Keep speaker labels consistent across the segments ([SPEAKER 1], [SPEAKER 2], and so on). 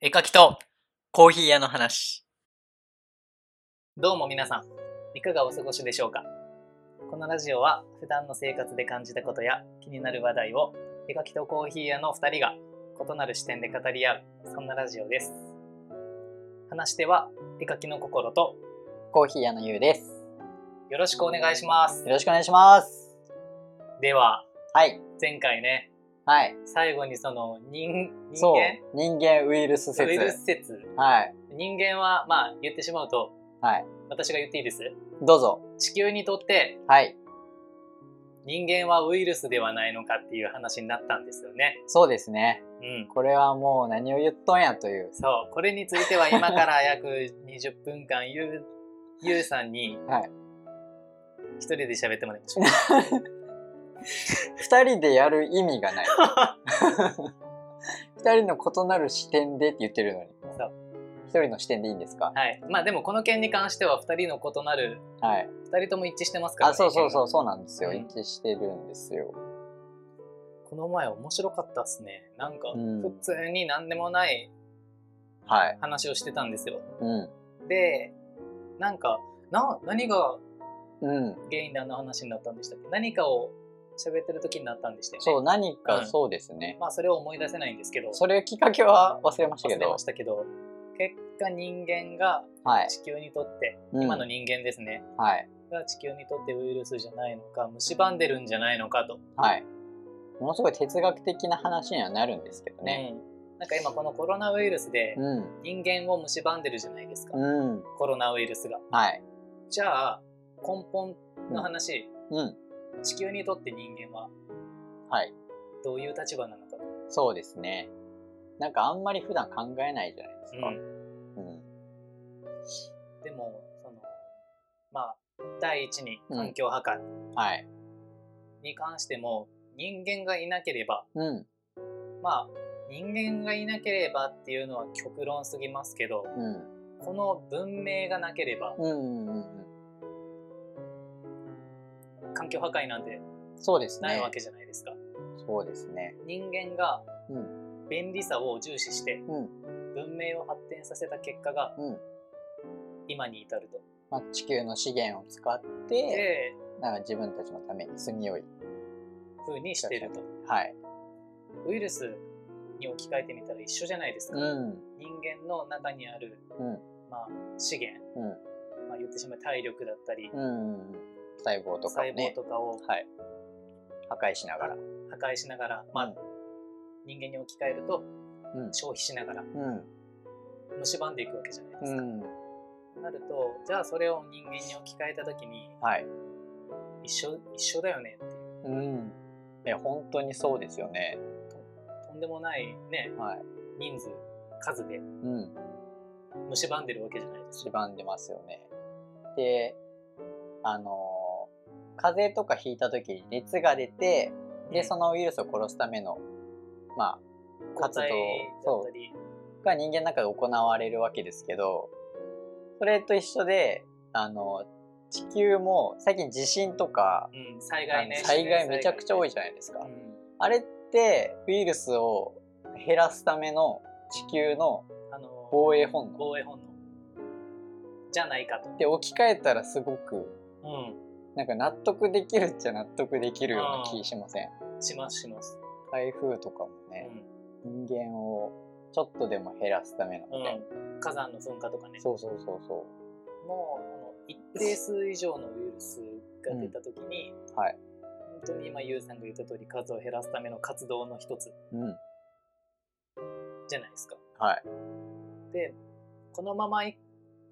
[SPEAKER 1] 絵描きとコーヒー屋の話。どうも皆さん、いかがお過ごしでしょうかこのラジオは普段の生活で感じたことや気になる話題を絵描きとコーヒー屋の2人が異なる視点で語り合う、そんなラジオです。話し手は絵描きの心と
[SPEAKER 2] コーヒー屋のゆうです。
[SPEAKER 1] よろしくお願いします。
[SPEAKER 2] よろしくお願いします。
[SPEAKER 1] では、
[SPEAKER 2] はい。
[SPEAKER 1] 前回ね、
[SPEAKER 2] はい。
[SPEAKER 1] 最後にその人人
[SPEAKER 2] そう
[SPEAKER 1] 間。
[SPEAKER 2] 人間ウイルス
[SPEAKER 1] ウ
[SPEAKER 2] 説。
[SPEAKER 1] イルス説
[SPEAKER 2] はい。
[SPEAKER 1] 人間はまあ言ってしまうと
[SPEAKER 2] はい。
[SPEAKER 1] 私が言っていいです
[SPEAKER 2] どうぞ。
[SPEAKER 1] 地球にとって
[SPEAKER 2] はい。
[SPEAKER 1] 人間はウイルスではないのかっていう話になったんですよね。
[SPEAKER 2] そうですね。
[SPEAKER 1] うん。
[SPEAKER 2] これはもう何を言っとんやという。
[SPEAKER 1] そう。これについては今から約20分間、ゆう、ゆうさんに、
[SPEAKER 2] はい
[SPEAKER 1] 一人で喋ってもらい ましょう。
[SPEAKER 2] 二人でやる意味が ない。二人の異なる視点でって言ってるのに。
[SPEAKER 1] そう
[SPEAKER 2] 一人の視点でいいんですか
[SPEAKER 1] はい。まあでもこの件に関しては二人の異なる、
[SPEAKER 2] はい。
[SPEAKER 1] 二人とも一致してますからね。
[SPEAKER 2] あ、そうそう
[SPEAKER 1] 意
[SPEAKER 2] そう、そうなんですよ。
[SPEAKER 1] うん
[SPEAKER 2] 一致してるんですよ。
[SPEAKER 1] 見が。この前面白かったっすね。なんか、
[SPEAKER 2] うん
[SPEAKER 1] 普通に何でもない
[SPEAKER 2] はい。
[SPEAKER 1] 話をしてたんですよ。
[SPEAKER 2] うん。
[SPEAKER 1] で、なんか、な、何が
[SPEAKER 2] うん。
[SPEAKER 1] 原因であの話になったんでしたっけ何かを喋ってる時になったんでしたよね。
[SPEAKER 2] そう、何
[SPEAKER 1] う
[SPEAKER 2] か
[SPEAKER 1] ん
[SPEAKER 2] そうですね。
[SPEAKER 1] まあそれを思い出せないんですけど、
[SPEAKER 2] それきっかけは忘れましたけ
[SPEAKER 1] 忘れ
[SPEAKER 2] ど
[SPEAKER 1] まし。たけど、結果人間が
[SPEAKER 2] はい。
[SPEAKER 1] 地球にとって、
[SPEAKER 2] うん
[SPEAKER 1] 今の人間ですね、
[SPEAKER 2] はい。
[SPEAKER 1] が地球にとってウイルスじゃないのか、蝕んでるんじゃないのかと。
[SPEAKER 2] はい。ものすごい哲学的な話にはなるんですけどね。
[SPEAKER 1] うんなんか今このコロナウイルスで
[SPEAKER 2] うん。
[SPEAKER 1] 人間を蝕んでるじゃないですか、
[SPEAKER 2] うん。
[SPEAKER 1] コロナウイルスが。
[SPEAKER 2] はい。
[SPEAKER 1] じゃあ、根本の話、
[SPEAKER 2] うん。
[SPEAKER 1] 地球にとって人間は
[SPEAKER 2] はい。
[SPEAKER 1] どういう立場なのかと。
[SPEAKER 2] そうですね。なんかあんまり普段考えないじゃないですか。うん。
[SPEAKER 1] でも、その、まあ、第一に環境破壊
[SPEAKER 2] はい。
[SPEAKER 1] に関しても、人間がいなければ、
[SPEAKER 2] うん。
[SPEAKER 1] まあ人間がいなければっていうのは極論すぎますけど
[SPEAKER 2] うん。
[SPEAKER 1] この文明がなければ
[SPEAKER 2] うん。うん。うん
[SPEAKER 1] 環境破壊なんて
[SPEAKER 2] そうです
[SPEAKER 1] ない
[SPEAKER 2] ね
[SPEAKER 1] わ。けじゃないですか、
[SPEAKER 2] そうですね。
[SPEAKER 1] 人間が
[SPEAKER 2] う
[SPEAKER 1] 便利さを重視して
[SPEAKER 2] うん。
[SPEAKER 1] 文明を発展させた結果が
[SPEAKER 2] うん。
[SPEAKER 1] 今に至ると、
[SPEAKER 2] まあ、地球の資源を使って、
[SPEAKER 1] で
[SPEAKER 2] なんか自分たちのために住みよい。
[SPEAKER 1] 風にしてると
[SPEAKER 2] はい。
[SPEAKER 1] ウイルスに置き換えてみたら一緒じゃないですか、
[SPEAKER 2] うん。
[SPEAKER 1] 人間の中にある、
[SPEAKER 2] うん
[SPEAKER 1] まあ、資源、
[SPEAKER 2] うん。
[SPEAKER 1] まあ、言ってしまう体力だったり、
[SPEAKER 2] うん。うん細胞とかを
[SPEAKER 1] 細胞
[SPEAKER 2] ね。
[SPEAKER 1] とかを
[SPEAKER 2] はい。破壊しながら。
[SPEAKER 1] 破壊しながら、まあ、人間に置き換えると
[SPEAKER 2] うん。
[SPEAKER 1] 消費しながら
[SPEAKER 2] うん。
[SPEAKER 1] 蝕んでいくわけじゃないですか。
[SPEAKER 2] うん。
[SPEAKER 1] なるとじゃあそれを人間に置き換えた時に
[SPEAKER 2] はい。
[SPEAKER 1] 一緒一緒だよねっていう
[SPEAKER 2] うん。え、本当にそうですよね。
[SPEAKER 1] とんでもないね
[SPEAKER 2] はい。
[SPEAKER 1] 人数数で
[SPEAKER 2] うん。
[SPEAKER 1] 蝕んでるわけじゃないですか。
[SPEAKER 2] 縛んでますよね。で、あのー風邪とかひいた時に熱が出て、で、そのウイルスを殺すための、まあ、
[SPEAKER 1] 個
[SPEAKER 2] 活動
[SPEAKER 1] 体だったり
[SPEAKER 2] が人間の中で行われるわけですけど、それと一緒で、あの地球も最近地震とか、
[SPEAKER 1] う、ん、災害ね
[SPEAKER 2] あの災害めちゃくちゃ多いじゃないですか。
[SPEAKER 1] ゃうん、
[SPEAKER 2] あれって、ウイルスを減らすための地球の
[SPEAKER 1] あの
[SPEAKER 2] 防衛本能。
[SPEAKER 1] 防衛本能じゃないかと。
[SPEAKER 2] で置き換えたらすごく
[SPEAKER 1] う
[SPEAKER 2] なんか納得できるっちゃ納得できるような気しません
[SPEAKER 1] ん、しますします。
[SPEAKER 2] 台風とかも
[SPEAKER 1] う
[SPEAKER 2] ね、
[SPEAKER 1] ん
[SPEAKER 2] 人間をちょっとでも減らすためなので、
[SPEAKER 1] うん、火山の噴火とかね
[SPEAKER 2] そうそうそうそ
[SPEAKER 1] もうあの一定数以上のウイルスが出た時に、
[SPEAKER 2] うんはい
[SPEAKER 1] 本当に今ゆうさんが言った通り数を減らすための活動の一つ
[SPEAKER 2] ううん
[SPEAKER 1] じゃないですか。
[SPEAKER 2] はい
[SPEAKER 1] でこのままい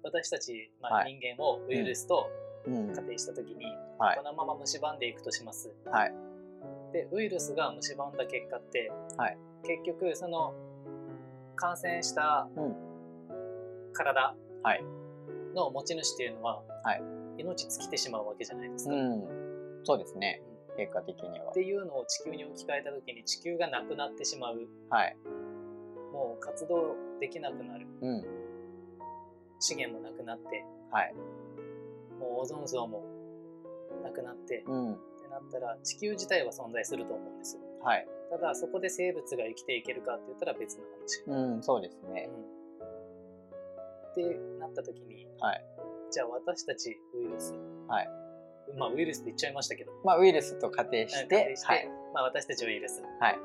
[SPEAKER 1] 私たち、まあ、
[SPEAKER 2] は
[SPEAKER 1] 人間をウイルスと
[SPEAKER 2] うん
[SPEAKER 1] 仮定した時に、
[SPEAKER 2] はい
[SPEAKER 1] このまま蝕んでいくとします。
[SPEAKER 2] はい
[SPEAKER 1] でウイルスが蝕んだ結果って、
[SPEAKER 2] はい
[SPEAKER 1] 結局その感染した
[SPEAKER 2] う
[SPEAKER 1] 体
[SPEAKER 2] はい
[SPEAKER 1] の持ち主っていうのは、
[SPEAKER 2] はい
[SPEAKER 1] 命尽きてしまうわけじゃないですか。
[SPEAKER 2] うんそうですね結果的には
[SPEAKER 1] っていうのを地球に置き換えた時に地球がなくなってしまう
[SPEAKER 2] はい
[SPEAKER 1] もう活動できなくなる
[SPEAKER 2] うん
[SPEAKER 1] 資源もなくなって
[SPEAKER 2] はい
[SPEAKER 1] もうオゾン層もなくなってっ
[SPEAKER 2] うん
[SPEAKER 1] てなったら地球自体は存在すると思うんですよ
[SPEAKER 2] はい
[SPEAKER 1] ただそこで生物が生きていけるかって言ったら別の話、
[SPEAKER 2] うん、そうですね。
[SPEAKER 1] うんってなった時に、
[SPEAKER 2] はい
[SPEAKER 1] じゃあ私たちウイルス、
[SPEAKER 2] はい
[SPEAKER 1] まあ、ウイルスって言っちゃいましたけど
[SPEAKER 2] まあ、ウイルスと仮定し
[SPEAKER 1] 仮定
[SPEAKER 2] て
[SPEAKER 1] し、て
[SPEAKER 2] はい。
[SPEAKER 1] まあ、私たちウイルス
[SPEAKER 2] はい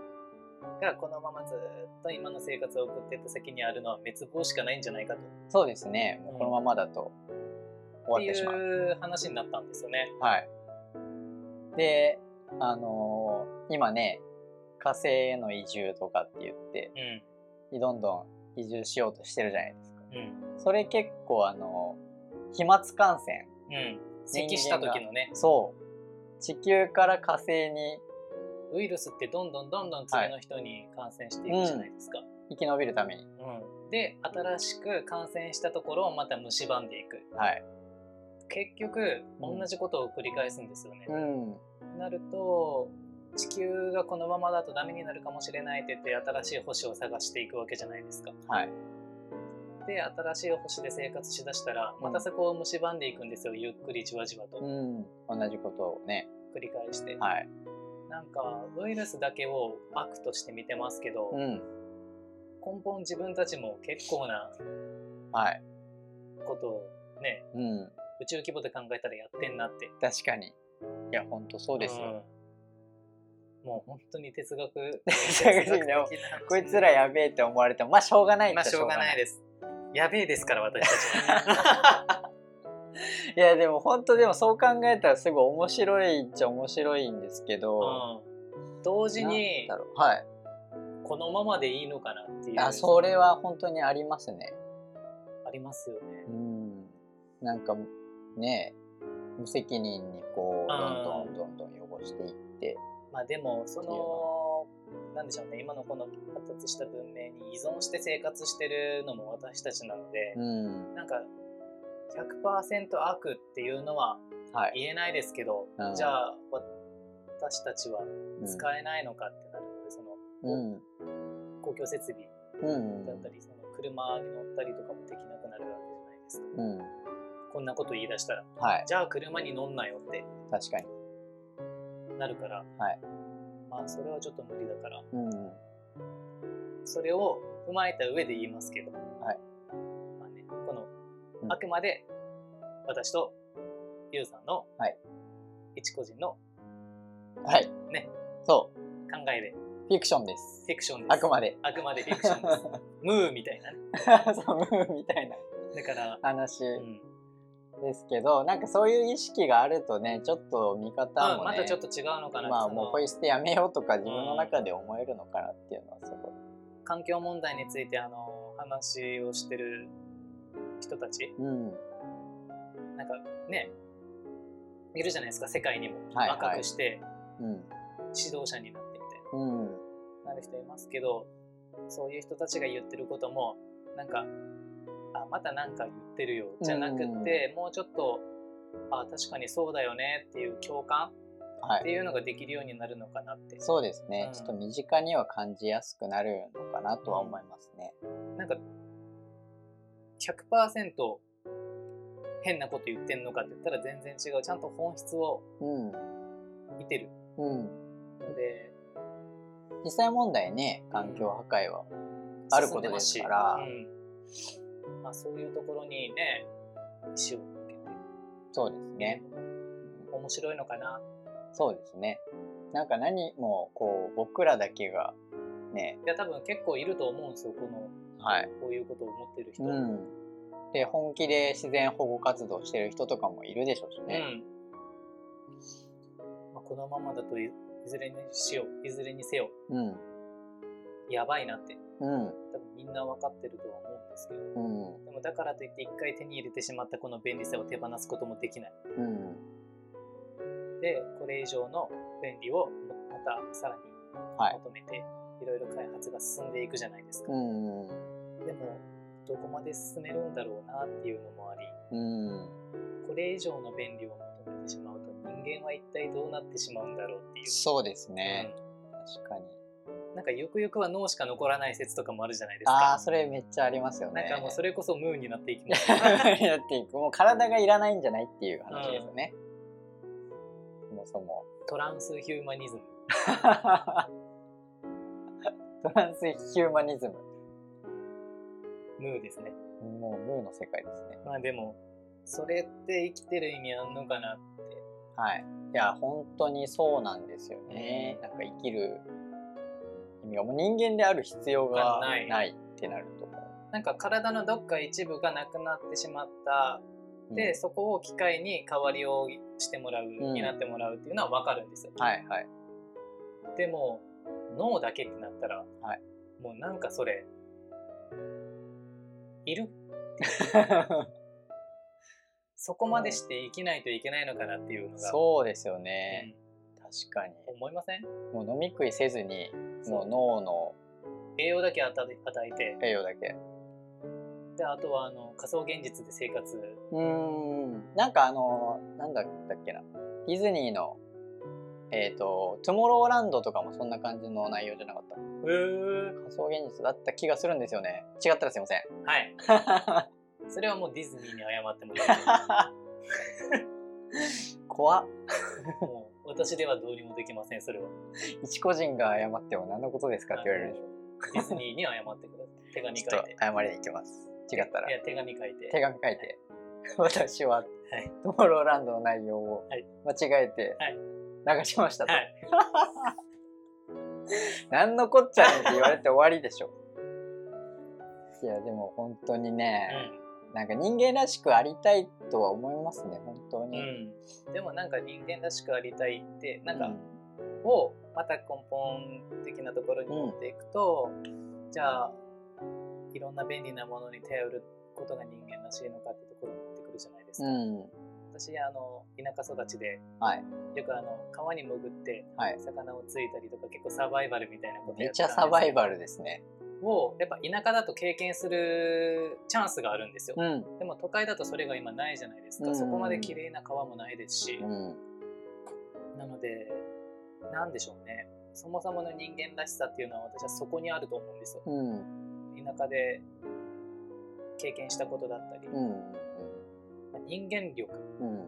[SPEAKER 1] がこのままずっと今の生活を送っていった先にあるのは滅亡しかないんじゃないかと
[SPEAKER 2] そうですね。もうこのままだと終わってしま
[SPEAKER 1] って
[SPEAKER 2] う。
[SPEAKER 1] いう話になったんですよね。
[SPEAKER 2] はい。で、あのー今ね、火星への移住とかって言って、
[SPEAKER 1] うん
[SPEAKER 2] どんどん移住しようとしてるじゃないですか。
[SPEAKER 1] うん
[SPEAKER 2] それ結構あのー飛沫感染。
[SPEAKER 1] うん、咳した時のね
[SPEAKER 2] そう。地球から火星に
[SPEAKER 1] ウイルスってどんどんどんどん次の人に感染していくじゃないですか。
[SPEAKER 2] 生き延びるために。
[SPEAKER 1] うん、で新しく感染したところをまた蝕んでいく
[SPEAKER 2] はい。
[SPEAKER 1] 結局
[SPEAKER 2] うん
[SPEAKER 1] 同じことを繰り返すんですよね
[SPEAKER 2] う。ん。
[SPEAKER 1] なると地球がこのままだとダメになるかもしれないって言って新しい星を探していくわけじゃないですか。
[SPEAKER 2] はい。
[SPEAKER 1] で新しい星で生活しだしたら
[SPEAKER 2] うん
[SPEAKER 1] またそこを蝕んでいくんですよゆっくりじわじわと
[SPEAKER 2] うん。同じことをね。
[SPEAKER 1] 繰り返して。
[SPEAKER 2] はい。
[SPEAKER 1] なんかウイルスだけを悪として見てますけど
[SPEAKER 2] うん。
[SPEAKER 1] 根本自分たちも結構な
[SPEAKER 2] はい。
[SPEAKER 1] ことをね
[SPEAKER 2] うん。
[SPEAKER 1] 宇宙規模で考えたらやってんなって
[SPEAKER 2] 確かに。いや、ほんとそうですよ。
[SPEAKER 1] うんもう本当に哲学
[SPEAKER 2] 学的なこいつらやべえって思われても、まあしょうがないっち
[SPEAKER 1] まあしょうがない
[SPEAKER 2] で
[SPEAKER 1] ですやべえですから私たち
[SPEAKER 2] す。いやでも本当でもそう考えたらすごい面白いっちゃ面白いんですけど、
[SPEAKER 1] うん同時に
[SPEAKER 2] なんだろうはい。
[SPEAKER 1] このままでいいのかなっていう
[SPEAKER 2] あそれは本当にありますね。
[SPEAKER 1] ありますよね
[SPEAKER 2] うん。なんかね無責任にこうどんどんどんどん汚していって、
[SPEAKER 1] まあでもそのなんでしょうね今のこの発達した文明に依存して生活してるのも私たちなので、
[SPEAKER 2] うん。
[SPEAKER 1] なんか100%悪っていうのは
[SPEAKER 2] はい。
[SPEAKER 1] 言えないですけど、
[SPEAKER 2] うん
[SPEAKER 1] じゃあ私たちは
[SPEAKER 2] うん
[SPEAKER 1] 使えないのかってなるので、その
[SPEAKER 2] うん。
[SPEAKER 1] 公共設備
[SPEAKER 2] うん。
[SPEAKER 1] だったり、その車に乗ったりとかもできなくなるわけじゃないですか。
[SPEAKER 2] うん。
[SPEAKER 1] こんなこと言い出したら、
[SPEAKER 2] はい。
[SPEAKER 1] じゃあ車に乗んなよって
[SPEAKER 2] 確かに。
[SPEAKER 1] なるから、
[SPEAKER 2] はい
[SPEAKER 1] まあそれはちょっと無理だから、
[SPEAKER 2] うん。
[SPEAKER 1] それを踏まえた上で言いますけど、
[SPEAKER 2] はい
[SPEAKER 1] まあね、この、
[SPEAKER 2] うん
[SPEAKER 1] あくまで私とゆうさんの、
[SPEAKER 2] はい
[SPEAKER 1] 一個人の
[SPEAKER 2] はい。
[SPEAKER 1] ね。
[SPEAKER 2] そう。
[SPEAKER 1] 考えで、
[SPEAKER 2] フィクションです。
[SPEAKER 1] フィクションです。
[SPEAKER 2] あくまで。
[SPEAKER 1] あくまでフィクションです。ムーみたいなね。
[SPEAKER 2] そう、ムーみたいな
[SPEAKER 1] だから、
[SPEAKER 2] 話
[SPEAKER 1] うん
[SPEAKER 2] ですけど、なんかそういう意識があるとね、ちょっと見方
[SPEAKER 1] うん
[SPEAKER 2] もね、
[SPEAKER 1] またちょっと違うのかな
[SPEAKER 2] まあ
[SPEAKER 1] その
[SPEAKER 2] もうポイ捨てやめようとか自分の中で思えるのかなっていうのはすごい。
[SPEAKER 1] 環境問題についてあの話をしてる人たち
[SPEAKER 2] うん。
[SPEAKER 1] なんかねいるじゃないですか世界にも、
[SPEAKER 2] はいはい
[SPEAKER 1] 若くして
[SPEAKER 2] うん。
[SPEAKER 1] 指導者になってみたい
[SPEAKER 2] うん。
[SPEAKER 1] ななる人いますけどそういう人たちが言ってることもなんかあまたなんか言ってるよじゃなくって、もうちょっとあ確かにそうだよねっていう共感
[SPEAKER 2] は
[SPEAKER 1] って
[SPEAKER 2] い。
[SPEAKER 1] いうのができるようになるのかなって
[SPEAKER 2] そうですね、
[SPEAKER 1] うん
[SPEAKER 2] ちょっと身近には感じやすくなるのかなとは思いますね。
[SPEAKER 1] なんか100%変なこと言ってんのかって言ったら全然違うちゃんと本質を
[SPEAKER 2] うん。
[SPEAKER 1] 見てる
[SPEAKER 2] うん。
[SPEAKER 1] ので
[SPEAKER 2] 実際問題ね、環境破壊はある
[SPEAKER 1] 進
[SPEAKER 2] こ
[SPEAKER 1] んで
[SPEAKER 2] とで
[SPEAKER 1] ます
[SPEAKER 2] す
[SPEAKER 1] し
[SPEAKER 2] から、
[SPEAKER 1] うんまあ、そういうところにね石を向けて
[SPEAKER 2] そうですね。
[SPEAKER 1] 面白いのかな
[SPEAKER 2] そうですね。なんか何もこう僕らだけがね、
[SPEAKER 1] いや多分結構いると思うんですよこの
[SPEAKER 2] はい。
[SPEAKER 1] こういうことを思ってる人、
[SPEAKER 2] うん。で本気で自然保護活動してる人とかもいるでしょうし
[SPEAKER 1] う
[SPEAKER 2] ね。
[SPEAKER 1] んまあ、このままだといいずれにしよういずれにせよ
[SPEAKER 2] うん。
[SPEAKER 1] やばいなって
[SPEAKER 2] うん。
[SPEAKER 1] 多分みんな分かってるとは思うんですけど
[SPEAKER 2] うん。
[SPEAKER 1] でもだからといって一回手に入れてしまったこの便利さを手放すこともできない。
[SPEAKER 2] うん。
[SPEAKER 1] で、これ以上の便利をまたさらに
[SPEAKER 2] はい
[SPEAKER 1] 求めて、いろいろ開発が進んでいくじゃないですか。
[SPEAKER 2] うん。
[SPEAKER 1] でも、どこまで進めるんだろうなっていうのもあり、
[SPEAKER 2] うん。
[SPEAKER 1] これ以上の便利を求めてしまうと人間は一体どうなってしまうんだろうっていう。
[SPEAKER 2] そうですね。確かに。
[SPEAKER 1] うんなんかゆくゆくは脳しか残らない説とかもあるじゃないです
[SPEAKER 2] ああ、
[SPEAKER 1] か。
[SPEAKER 2] それめっちゃありますよ
[SPEAKER 1] な
[SPEAKER 2] ね。
[SPEAKER 1] んかもうそ
[SPEAKER 2] れ。
[SPEAKER 1] れこそムーになっていきま す。
[SPEAKER 2] やっていく。もう体がいらないんじゃないっていう話ですよね。そもそも。
[SPEAKER 1] トランスヒューマニズム。
[SPEAKER 2] トランスヒューマニズム。
[SPEAKER 1] ムーですね。
[SPEAKER 2] もうムーの世界ですね。
[SPEAKER 1] まあでも、それって生きてる意味あんのかなって。
[SPEAKER 2] はい。いや、本当にそうなんですよね。なんか生きる意味が、もう人間である必要が
[SPEAKER 1] がない
[SPEAKER 2] ないってなると思
[SPEAKER 1] なんか体のどっか一部がなくなってしまった。
[SPEAKER 2] う。
[SPEAKER 1] で、そこを機会に代わりをしてもらう、
[SPEAKER 2] ん
[SPEAKER 1] になってもらうっていうのはわかるんですよ。
[SPEAKER 2] うん、はい はい。
[SPEAKER 1] でも、脳だけってなったら、
[SPEAKER 2] はい
[SPEAKER 1] もうなんかそれ、いるそこまでして生きないといけないのかなっていうのが、
[SPEAKER 2] そうですよ
[SPEAKER 1] う
[SPEAKER 2] ね。
[SPEAKER 1] ん
[SPEAKER 2] 確かに。
[SPEAKER 1] 思いません
[SPEAKER 2] もう飲み食いせずに、も
[SPEAKER 1] そう
[SPEAKER 2] う脳の
[SPEAKER 1] 栄養だけ与え与えて、
[SPEAKER 2] 栄養だけ。
[SPEAKER 1] で、あとはあの仮想現実で生活。
[SPEAKER 2] うーん。なんかあの、なんだったっけな。ディズニーの、えっ、と、トゥモローランドとかもそんな感じの内容じゃなかった。仮想現実だった気がするんですよね。違ったらすいません。
[SPEAKER 1] はい。それはもうディズニーに謝ってもら
[SPEAKER 2] 怖っ。
[SPEAKER 1] う。もう私ではどうにもできません、それは。
[SPEAKER 2] 一個人が謝っても何のことですかって言われるでしょ。
[SPEAKER 1] ディズニーに謝ってください。手紙書
[SPEAKER 2] ち
[SPEAKER 1] い
[SPEAKER 2] ょっと
[SPEAKER 1] て。
[SPEAKER 2] 謝りに行きます。違ったら
[SPEAKER 1] いや、手紙書いて。
[SPEAKER 2] 手紙書いて、私は、
[SPEAKER 1] い
[SPEAKER 2] トゥモローランドの内容を
[SPEAKER 1] はい
[SPEAKER 2] 間違えて
[SPEAKER 1] はい
[SPEAKER 2] 流しましたと。
[SPEAKER 1] はい。
[SPEAKER 2] 何のこっちゃねんって言われて終わりでしょ。いやでも本当にね、なんか人間らしくありたいとは思いますね本当
[SPEAKER 1] うん。
[SPEAKER 2] に。
[SPEAKER 1] うん。でもなんか人間らしくありたいって、なん
[SPEAKER 2] う
[SPEAKER 1] か、をまた根本的なところに持っていくと、じゃあいろんな便利なものに頼ることが人間らしいのかってところになってくるじゃないですか、
[SPEAKER 2] うん
[SPEAKER 1] 私あの田舎育ちで
[SPEAKER 2] はい
[SPEAKER 1] よくあの川に潜って
[SPEAKER 2] はい
[SPEAKER 1] 魚をついたりとか結構サバイバルみたいなこと
[SPEAKER 2] め
[SPEAKER 1] や
[SPEAKER 2] っ
[SPEAKER 1] っ
[SPEAKER 2] ち
[SPEAKER 1] て
[SPEAKER 2] ゃ
[SPEAKER 1] た
[SPEAKER 2] サ
[SPEAKER 1] んです
[SPEAKER 2] バ
[SPEAKER 1] け
[SPEAKER 2] イバルですね。
[SPEAKER 1] どをやっぱ田舎だと経験するチャンスがあるんですよ、
[SPEAKER 2] うん
[SPEAKER 1] でも都会だとそれが今ないじゃないです
[SPEAKER 2] う
[SPEAKER 1] か
[SPEAKER 2] ん
[SPEAKER 1] そこまで綺麗な川もないですし、
[SPEAKER 2] うん
[SPEAKER 1] なので、なんでしょうね。そもそもの人間らしさっていうのは私はそこにあると思うんですよ。
[SPEAKER 2] うん
[SPEAKER 1] 田舎で経験したことだったり、
[SPEAKER 2] うん
[SPEAKER 1] 人間力、
[SPEAKER 2] うん
[SPEAKER 1] もう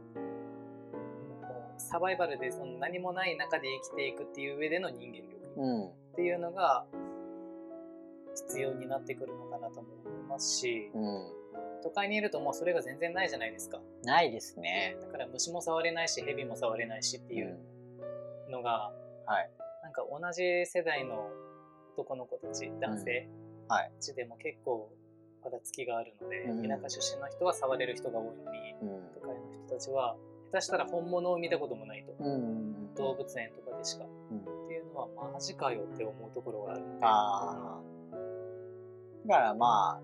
[SPEAKER 1] サバイバルでその何もない中で生きていくっていう上での人間力
[SPEAKER 2] うんうん
[SPEAKER 1] っていうのが必要になってくるのかなとも思いますし、
[SPEAKER 2] うん
[SPEAKER 1] 都会にいるともうそれが全然ないじゃないですか。
[SPEAKER 2] ないですね。
[SPEAKER 1] だから虫も触れないし、蛇も触れないしっていう。のが、
[SPEAKER 2] はい
[SPEAKER 1] なんか同じ世代の男の子たち男性
[SPEAKER 2] うんはい
[SPEAKER 1] たちでも結構ばらつきがあるので、
[SPEAKER 2] うん
[SPEAKER 1] 田舎出身の人は触れる人が多いのに
[SPEAKER 2] うん
[SPEAKER 1] 都会の人たちは下手したら本物を見たこともないと、
[SPEAKER 2] うんうん
[SPEAKER 1] 動物園とかでしか、
[SPEAKER 2] ん
[SPEAKER 1] っていうのはマジかよって思うところがあるので
[SPEAKER 2] ああ。だからま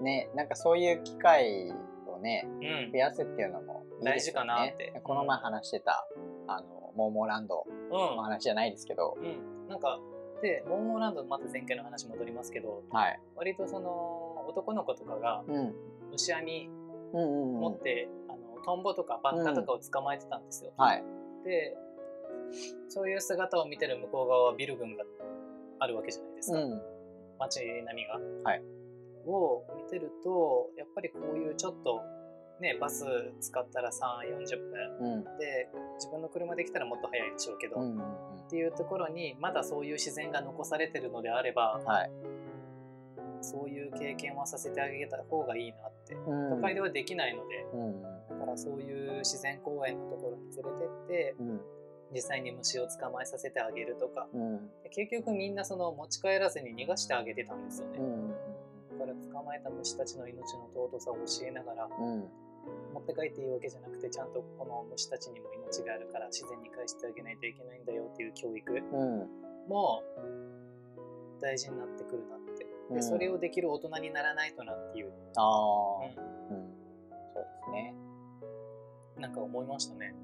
[SPEAKER 2] あ、ね、なんかそういう機会をね、
[SPEAKER 1] うん
[SPEAKER 2] 増やすっていうのもいいですよ
[SPEAKER 1] 大事か
[SPEAKER 2] ね
[SPEAKER 1] なって
[SPEAKER 2] この前話してた、あの、モーモーランドの話じゃないですけど、
[SPEAKER 1] うん、うん、なんかでモンモーランドまた前回の話戻りますけど
[SPEAKER 2] はい。
[SPEAKER 1] 割とその男の子とかが
[SPEAKER 2] うん。うん
[SPEAKER 1] 虫網
[SPEAKER 2] うんう
[SPEAKER 1] 持
[SPEAKER 2] ん
[SPEAKER 1] っ。て、あのトンボとかバッタとかを捕まえてたんですよ。
[SPEAKER 2] はい。
[SPEAKER 1] でそういう姿を見てる向こう側はビル群があるわけじゃないです
[SPEAKER 2] う
[SPEAKER 1] か、
[SPEAKER 2] ん。
[SPEAKER 1] 街並みが。
[SPEAKER 2] はい
[SPEAKER 1] を見てるとやっぱりこういうちょっと、ね、バス使ったら340分
[SPEAKER 2] うん。
[SPEAKER 1] で自分の車で来たらもっと早いでしょうけど、
[SPEAKER 2] う
[SPEAKER 1] っ
[SPEAKER 2] ん。
[SPEAKER 1] ていうところにまだそういう自然が残されてるのであれば
[SPEAKER 2] はい。
[SPEAKER 1] そういう経験はさせてあげた方がいいなって
[SPEAKER 2] うん
[SPEAKER 1] 都会ではできないので。
[SPEAKER 2] うん。
[SPEAKER 1] だからそういう自然公園のところに連れてって
[SPEAKER 2] うん。
[SPEAKER 1] 実際に虫を捕まえさせてあげるとか
[SPEAKER 2] うん。
[SPEAKER 1] で結局みんなその持ち帰らずに逃がしてあげてたんですよね、
[SPEAKER 2] うん。
[SPEAKER 1] だから捕まえた虫たちの命の尊さを教えながら
[SPEAKER 2] うん。
[SPEAKER 1] 持って帰っていいわけじゃなくてちゃんとこの虫たちにも命があるから自然に返してあげないといけないんだよっていう教育
[SPEAKER 2] うん。
[SPEAKER 1] も大事になってくるなって
[SPEAKER 2] う
[SPEAKER 1] で
[SPEAKER 2] ん
[SPEAKER 1] それをできる大人にならないとなっていう、
[SPEAKER 2] ああ。
[SPEAKER 1] う
[SPEAKER 2] うん。そうですね。
[SPEAKER 1] んなんか思いましたね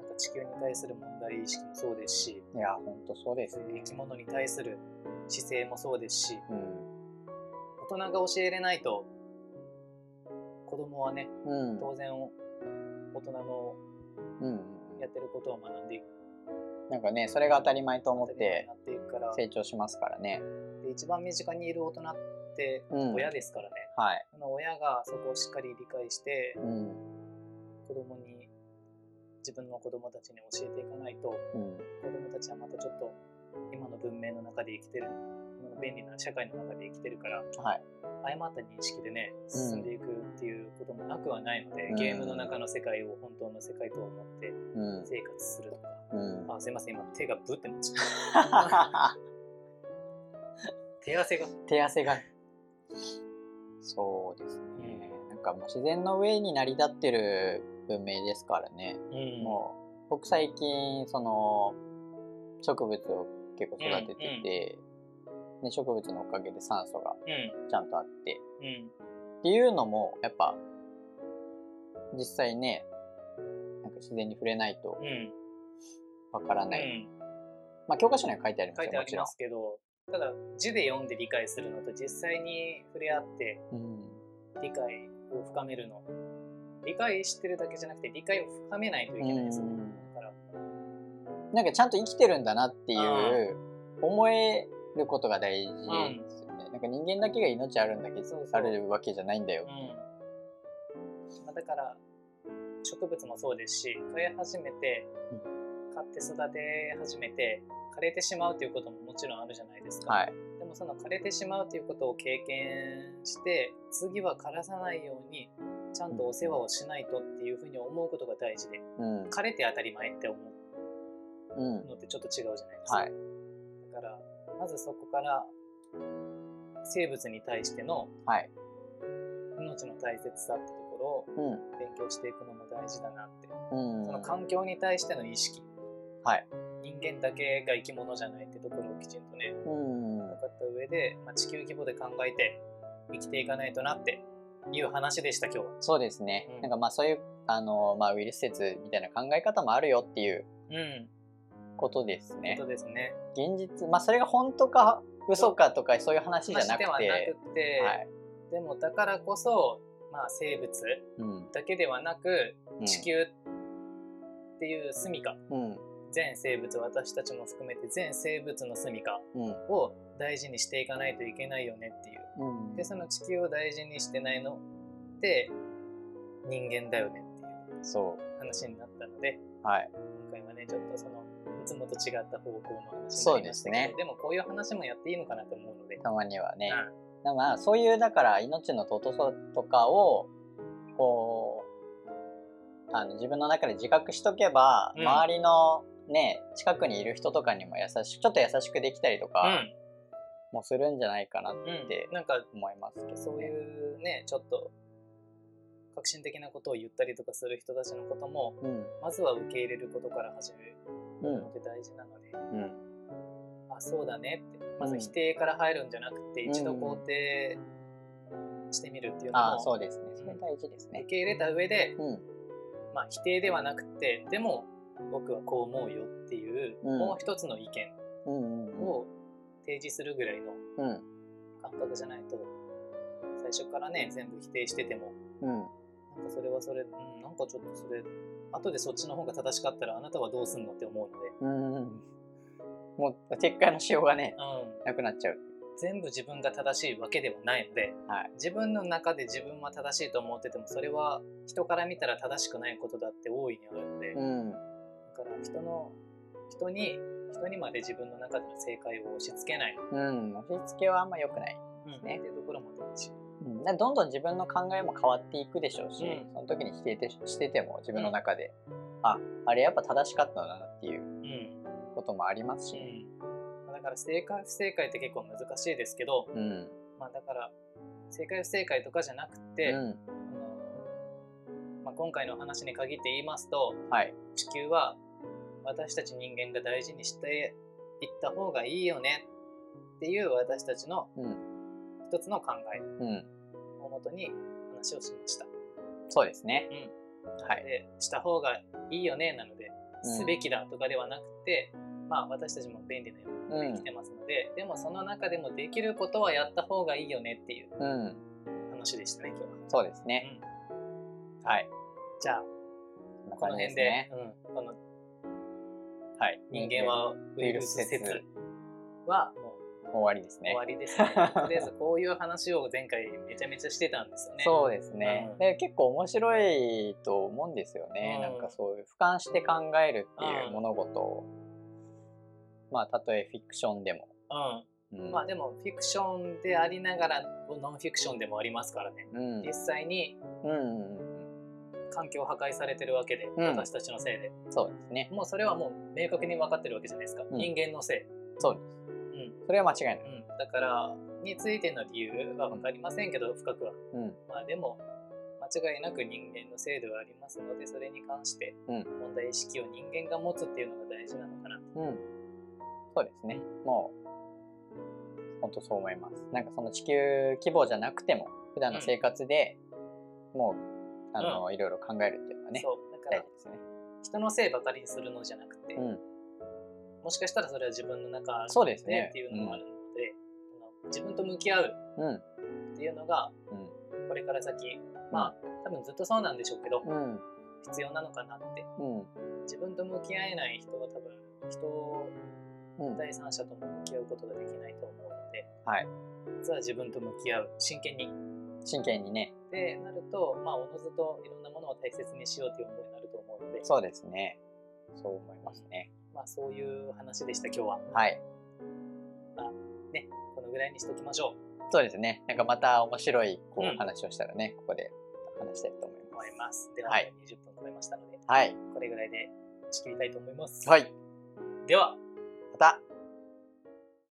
[SPEAKER 1] なんか地球に対する問題意識もそうですし
[SPEAKER 2] うん。いや、ほんとそうです
[SPEAKER 1] そういう
[SPEAKER 2] ね
[SPEAKER 1] 生。き物に対する姿勢もそうですし
[SPEAKER 2] うん。
[SPEAKER 1] 大人が教えれないと子供はね
[SPEAKER 2] うん。
[SPEAKER 1] 当然大人の
[SPEAKER 2] うん、
[SPEAKER 1] やってることを学んでいく
[SPEAKER 2] なんかねそれが当たり前と思っ
[SPEAKER 1] 当たり前に
[SPEAKER 2] て
[SPEAKER 1] なっていくから
[SPEAKER 2] 成長しますからね。
[SPEAKER 1] で一番身近にいる大人って
[SPEAKER 2] うん、
[SPEAKER 1] 親ですからね、
[SPEAKER 2] はい、
[SPEAKER 1] その親がそこをしっかり理解して
[SPEAKER 2] うん
[SPEAKER 1] 子供に自分の子供たちに教えていかないと
[SPEAKER 2] うん
[SPEAKER 1] 子供たちはまたちょっと今の文明の中で生きてる今の便利な社会の中で生きてるから、
[SPEAKER 2] はい
[SPEAKER 1] 誤った認識でね進んでいくっていうこともなくはないので、
[SPEAKER 2] うん
[SPEAKER 1] ゲームの中の世界を本当の世界と思って
[SPEAKER 2] うん
[SPEAKER 1] 生活するとか、
[SPEAKER 2] うん、
[SPEAKER 1] あすいません今手がぶって持ちゃった 手汗が
[SPEAKER 2] 手汗がそうですねなんかもう自然の上に成り立ってる文明ですからね、
[SPEAKER 1] うん
[SPEAKER 2] もう僕最近その植物を結構育てて
[SPEAKER 1] うんうん
[SPEAKER 2] て、で植物のおかげで酸素が
[SPEAKER 1] う
[SPEAKER 2] ちゃんとあって
[SPEAKER 1] んうん
[SPEAKER 2] っていうのもやっぱ実際ねなんか自然に触れないと
[SPEAKER 1] うん
[SPEAKER 2] わからない、
[SPEAKER 1] うん
[SPEAKER 2] まあ教科書には書いてありま
[SPEAKER 1] 書
[SPEAKER 2] す
[SPEAKER 1] いて
[SPEAKER 2] よ
[SPEAKER 1] あ
[SPEAKER 2] も
[SPEAKER 1] り
[SPEAKER 2] ちろ
[SPEAKER 1] ま
[SPEAKER 2] ん
[SPEAKER 1] す、けどただ字で読んで理解するのと実際に触れ合って
[SPEAKER 2] うん、
[SPEAKER 1] 理解を深めるの理解してるだけじゃなくて理解を深めないといけないですね
[SPEAKER 2] うん
[SPEAKER 1] だから
[SPEAKER 2] なんかちゃんと生きてるんだなっていう思えることが大事ですよね、なんか人間だけが命あるんだけ
[SPEAKER 1] そうそう
[SPEAKER 2] あるわけじゃないんだよ、
[SPEAKER 1] うんまあ、だから植物もそうですし飼い始めて飼って育て始めて枯れてしまうということももちろんあるじゃないですか、
[SPEAKER 2] はい
[SPEAKER 1] でもその枯れてしまうということを経験して次は枯らさないようにちゃんとお世話をしないとっていうふうに思うことが大事で
[SPEAKER 2] うん
[SPEAKER 1] 枯れて当たり前って思
[SPEAKER 2] うん
[SPEAKER 1] うのってちょっと違うじゃないですか、
[SPEAKER 2] はい
[SPEAKER 1] だからまずそこから生物に対しての
[SPEAKER 2] はい
[SPEAKER 1] 命の大切さってところを
[SPEAKER 2] うん
[SPEAKER 1] 勉強していくのも大事だなって、
[SPEAKER 2] うん
[SPEAKER 1] その環境に対しての意識、
[SPEAKER 2] はい
[SPEAKER 1] 人間だけが生き物じゃないってところをきちんとね
[SPEAKER 2] うん
[SPEAKER 1] 分かった上で、まあ、地球規模で考えて生きていかないとなっていう話でした今日は。
[SPEAKER 2] そうですね、
[SPEAKER 1] うん
[SPEAKER 2] なんかまあそういうあの、まあ、ウイルス説みたいな考え方もあるよっていう
[SPEAKER 1] うん、
[SPEAKER 2] ことです
[SPEAKER 1] 本
[SPEAKER 2] ね
[SPEAKER 1] 当ですね。
[SPEAKER 2] 現実まあそれが本当か嘘かとかそういう話じゃなくて
[SPEAKER 1] 話ではなくて、
[SPEAKER 2] はい
[SPEAKER 1] でもだからこそ、まあ、生物
[SPEAKER 2] うん
[SPEAKER 1] だけではなく
[SPEAKER 2] うん
[SPEAKER 1] 地球っていう住処、
[SPEAKER 2] うん
[SPEAKER 1] 全生物私たちも含めて全生物の住処
[SPEAKER 2] うん
[SPEAKER 1] を大事にしていかないといけないよねっていう
[SPEAKER 2] うん
[SPEAKER 1] でその地球を大事にしてないのって人間だよねっていう
[SPEAKER 2] そ
[SPEAKER 1] 話になったので
[SPEAKER 2] うはい
[SPEAKER 1] 今回はねちょっとそのいつもと違った方向の話になりましたけど
[SPEAKER 2] そうですね
[SPEAKER 1] でもこういう話もやっていいのかなと思うので、
[SPEAKER 2] たまにはね、
[SPEAKER 1] う
[SPEAKER 2] だからそういうだから命の尊さとかをこうあの自分の中で自覚しとけば、
[SPEAKER 1] うん
[SPEAKER 2] 周りのね近くにいる人とかにも優しくちょっと優しくできたりとか
[SPEAKER 1] ん
[SPEAKER 2] もするんじゃないかなと
[SPEAKER 1] うん
[SPEAKER 2] で
[SPEAKER 1] なんか
[SPEAKER 2] 思いますけど、ね
[SPEAKER 1] そういうねちょっと革新的なことを言ったりとかする人たちのことも
[SPEAKER 2] うん
[SPEAKER 1] まずは受け入れることから始めるの
[SPEAKER 2] う
[SPEAKER 1] って大事なので、
[SPEAKER 2] んうん
[SPEAKER 1] あそうだねってまず否定から入るんじゃなくて、
[SPEAKER 2] うん
[SPEAKER 1] 一度肯定してみるっていう
[SPEAKER 2] あ
[SPEAKER 1] の
[SPEAKER 2] あ
[SPEAKER 1] を
[SPEAKER 2] そうですねそれ大事です
[SPEAKER 1] 受
[SPEAKER 2] ね
[SPEAKER 1] け入れた上で、
[SPEAKER 2] うん
[SPEAKER 1] まあ、否定ではなくてでも僕はこう思うよっていう、
[SPEAKER 2] うん
[SPEAKER 1] もう一つの意見
[SPEAKER 2] うんうん
[SPEAKER 1] を提示するぐらいの
[SPEAKER 2] うん
[SPEAKER 1] 感覚じゃないと最初からね全部否定してても
[SPEAKER 2] うん
[SPEAKER 1] なんかそれはそれ、うん、なんかちょっとそれ後でそっちの方が正しかったらあなたはどうすんのって思うので、
[SPEAKER 2] うんうんもう撤回のしようがね
[SPEAKER 1] うん、
[SPEAKER 2] なくなっちゃう
[SPEAKER 1] 全部自分が正しいわけではないので、
[SPEAKER 2] はい
[SPEAKER 1] 自分の中で自分は正しいと思っててもそれは人から見たら正しくないことだって大いにあるので、だ
[SPEAKER 2] うん
[SPEAKER 1] から人の人に人にまで自分の中での正解を押し付けない、
[SPEAKER 2] うん押し付けはあんま良くない
[SPEAKER 1] ねっていうところも大事、
[SPEAKER 2] うん、だからどんどん自分の考えも変わっていくでしょうし、
[SPEAKER 1] うん
[SPEAKER 2] その時に否定てしてても自分の中で、ああれやっぱ正しかったんだなっていう
[SPEAKER 1] うん
[SPEAKER 2] こともありますし、
[SPEAKER 1] まあだから正解不正解って結構難しいですけど、
[SPEAKER 2] うん
[SPEAKER 1] まあ、だから正解不正解とかじゃなくて、
[SPEAKER 2] うん
[SPEAKER 1] あのまあ、今回の話に限って言いますと、
[SPEAKER 2] はい
[SPEAKER 1] 地球は私たち人間が大事にしていった方がいいよねっていう私たちの
[SPEAKER 2] うん
[SPEAKER 1] 一つの考え
[SPEAKER 2] うん、
[SPEAKER 1] をもとに話をしました。
[SPEAKER 2] そうですね、は
[SPEAKER 1] ないのでした方がいいよねなので、
[SPEAKER 2] うん
[SPEAKER 1] すべきだとかではなくて、まあ、私たちも便利なよう
[SPEAKER 2] う
[SPEAKER 1] に生き
[SPEAKER 2] ん
[SPEAKER 1] てますので、でもその中でもできることはやった方がいいよねっていう
[SPEAKER 2] うん、
[SPEAKER 1] 話でしたね今日は。
[SPEAKER 2] そうですね、はい
[SPEAKER 1] じゃあ
[SPEAKER 2] こん
[SPEAKER 1] こ
[SPEAKER 2] な
[SPEAKER 1] の
[SPEAKER 2] 感じ
[SPEAKER 1] 辺
[SPEAKER 2] す
[SPEAKER 1] で
[SPEAKER 2] ね
[SPEAKER 1] うん、この
[SPEAKER 2] はい
[SPEAKER 1] 人間はウイルス説はも
[SPEAKER 2] 終わりです
[SPEAKER 1] う
[SPEAKER 2] ね
[SPEAKER 1] 終わりですね。 とりあえずこういう話を前回めちゃめちゃしてたんですよね。
[SPEAKER 2] そうですね、
[SPEAKER 1] うん
[SPEAKER 2] で結構面白いと思うんですよね、
[SPEAKER 1] うん
[SPEAKER 2] なんかそういう俯瞰して考えるっていう物事をまあたとえフィクションでも、う
[SPEAKER 1] うんん、まあでもフィクションでありながらノンフィクションでもありますからね
[SPEAKER 2] うん
[SPEAKER 1] 実際に
[SPEAKER 2] うんうん
[SPEAKER 1] 環境破壊されてるわけで、
[SPEAKER 2] ん
[SPEAKER 1] 私たちのせいで
[SPEAKER 2] うんそうですね
[SPEAKER 1] もうそれはもう明確に分かってるわけじゃないですか、
[SPEAKER 2] ん
[SPEAKER 1] 人間のせい、
[SPEAKER 2] そうで
[SPEAKER 1] うん
[SPEAKER 2] すそれは間違いない、
[SPEAKER 1] うん、だからについての理由は分かりませんけど深くは
[SPEAKER 2] うん、
[SPEAKER 1] まあでも間違いなく人間の制度がありますのでそれに関して
[SPEAKER 2] うん
[SPEAKER 1] 問題意識を人間が持つっていうのが大事なのかなと、
[SPEAKER 2] うん、そうですねもう本当そう思いますなんかその地球規模じゃなくても普段の生活で、もうあの、いろいろ考えるっていうのはね
[SPEAKER 1] そうだか
[SPEAKER 2] 大
[SPEAKER 1] ら
[SPEAKER 2] 事ですね、
[SPEAKER 1] 人のせいばかりにするのじゃなくて、
[SPEAKER 2] うん、
[SPEAKER 1] もしかしたらそれは自分の中
[SPEAKER 2] そうですね
[SPEAKER 1] っていうのもあるので、あの自分と向き合う
[SPEAKER 2] うん
[SPEAKER 1] っていうのが
[SPEAKER 2] うん
[SPEAKER 1] これから先ま多分ずっとそうなんでしょうけど、
[SPEAKER 2] うん
[SPEAKER 1] 必要なのかなって
[SPEAKER 2] うん
[SPEAKER 1] 自分と向き合えない人は多分人を
[SPEAKER 2] うん
[SPEAKER 1] 第三者とも向き合うことができないと思うので、
[SPEAKER 2] はい、
[SPEAKER 1] まずは自分と向き合う真剣に
[SPEAKER 2] 真剣にね
[SPEAKER 1] でなるとまあおのずといろんなものを大切にしようという思いになると思うので
[SPEAKER 2] そうですねそう思いますね
[SPEAKER 1] まあ、そういう話でした今日は
[SPEAKER 2] はい
[SPEAKER 1] このぐらいにしときましょ
[SPEAKER 2] そうですねなんかまた面白いこ
[SPEAKER 1] うん
[SPEAKER 2] う話をしたらね、ここで話したいと思いう
[SPEAKER 1] と
[SPEAKER 2] ま
[SPEAKER 1] 思
[SPEAKER 2] す
[SPEAKER 1] いますでは、
[SPEAKER 2] はい
[SPEAKER 1] 20分超えましたので
[SPEAKER 2] はい
[SPEAKER 1] これぐらいで打ち切りたいと思います、
[SPEAKER 2] はい
[SPEAKER 1] では
[SPEAKER 2] また